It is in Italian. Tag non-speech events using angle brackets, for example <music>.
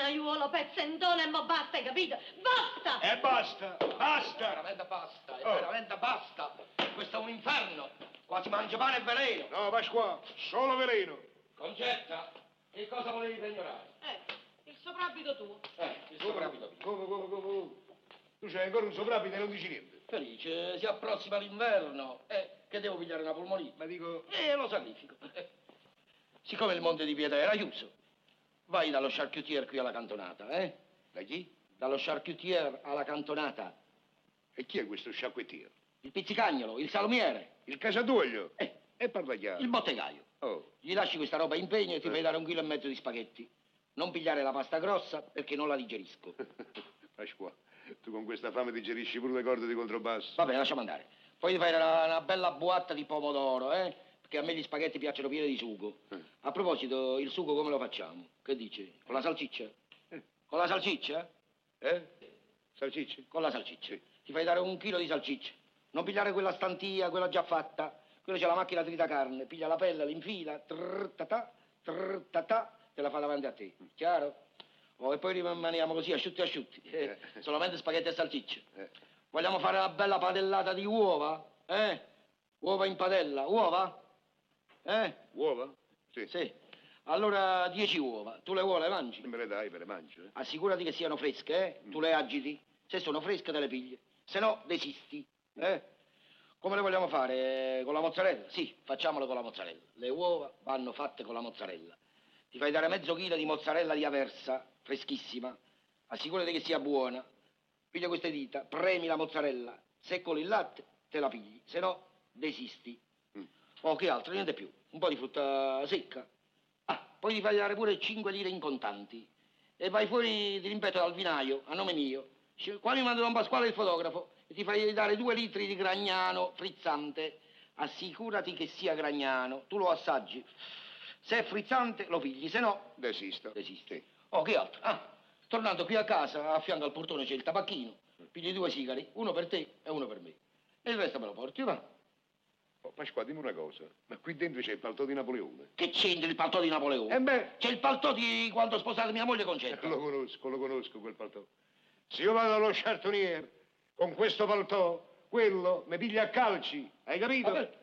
Aiuolo, pezzentone, ma basta, hai capito? Basta! E basta, basta. Veramente basta, è Oh. veramente basta. Questo è un inferno. Qua si mangia pane e veleno. No, Pasqua, solo veleno. Concetta, che cosa volevi pegnorare? Eh, il soprabito tuo. Eh, il sopravvito. Come, come, come, come? Tu c'hai ancora un soprabito e non dici niente. Felice, si approssima l'inverno. Eh, che devo pigliare una polmonite? Ma dico, Eh, lo sanifico. Eh. Siccome il monte di pietra era chiuso, vai dallo charcutier qui alla cantonata, eh? da chi? Dallo charcutier alla cantonata. E chi è questo sciacquettiero? Il pizzicagnolo, il salumiere, Il casatoglio. Eh. E parla chiaro. il bottegaio. Oh, <laughs> Gli lasci questa roba in pegno e ti Eh. fai dare un chilo e mezzo di spaghetti. Non pigliare la pasta grossa perché non la digerisco. Pasqua, tu con questa fame digerisci pure le corde di controbasso. Vabbè, lasciamo andare. Poi ti fai una, una bella buatta di pomodoro, eh? Perché a me gli spaghetti piacciono pieni di sugo. Eh. A proposito, il sugo come lo facciamo? Che dici? Con la salsiccia? Eh. Con la salsiccia? Eh? Salsicce? Con la salsiccia. Sì. Ti fai dare un chilo di salsiccia. Non pigliare quella stantia, quella già fatta. Quella c'è la macchina trita carne. Piglia la pelle, l'infila, trrr, tatà, trrr, tatà, te la fa davanti a te. Chiaro? Oh, e poi rimaniamo così asciutti asciutti. Eh, Eh. Solamente spaghetti e salsicce. Eh. Vogliamo fare una bella padellata di uova? Eh? Uova in padella, uova? Eh? Uova? Sì. Sì. Allora 10 uova. Tu le uova le mangi? Me le dai, me le mangio, eh? Assicurati che siano fresche, eh? Tu le agiti. Se sono fresche te le pigli. Se no, desisti. Eh? Come le vogliamo fare? Eh, Con la mozzarella? Sì, facciamolo con la mozzarella. Le uova vanno fatte con la mozzarella. Ti fai dare mezzo chilo di mozzarella di Aversa, freschissima. Assicurati che sia buona. Piglia queste dita, premi la mozzarella. Se con il latte, te la pigli. Se no, desisti. Mm. Oh, che altro? Niente più. Un po' di frutta secca. Ah, poi ti fai dare pure 5 lire in contanti. E vai fuori di rimpetto dal vinaio, a nome mio. Sci- Qua mi manda Don Pasquale il fotografo e ti fai dare due litri di gragnano frizzante. Assicurati che sia gragnano, tu lo assaggi. Se è frizzante lo pigli, se no Desista. esiste. Oh, che altro? Ah, tornando qui a casa, a fianco al portone c'è il tabacchino. Pigli due sigari, uno per te e uno per me. E il resto me lo porti, va. Oh, Pasqua, dimmi una cosa. Ma qui dentro c'è il paltò di Napoleone. Che c'entra il paltò di Napoleone? E Eh beh, C'è il paltò di quando ho sposato mia moglie con Cioè, lo Certo. conosco, lo conosco quel paltò. Se io vado allo chartonier con questo paltò, quello mi piglia a calci, hai capito? Vabbè.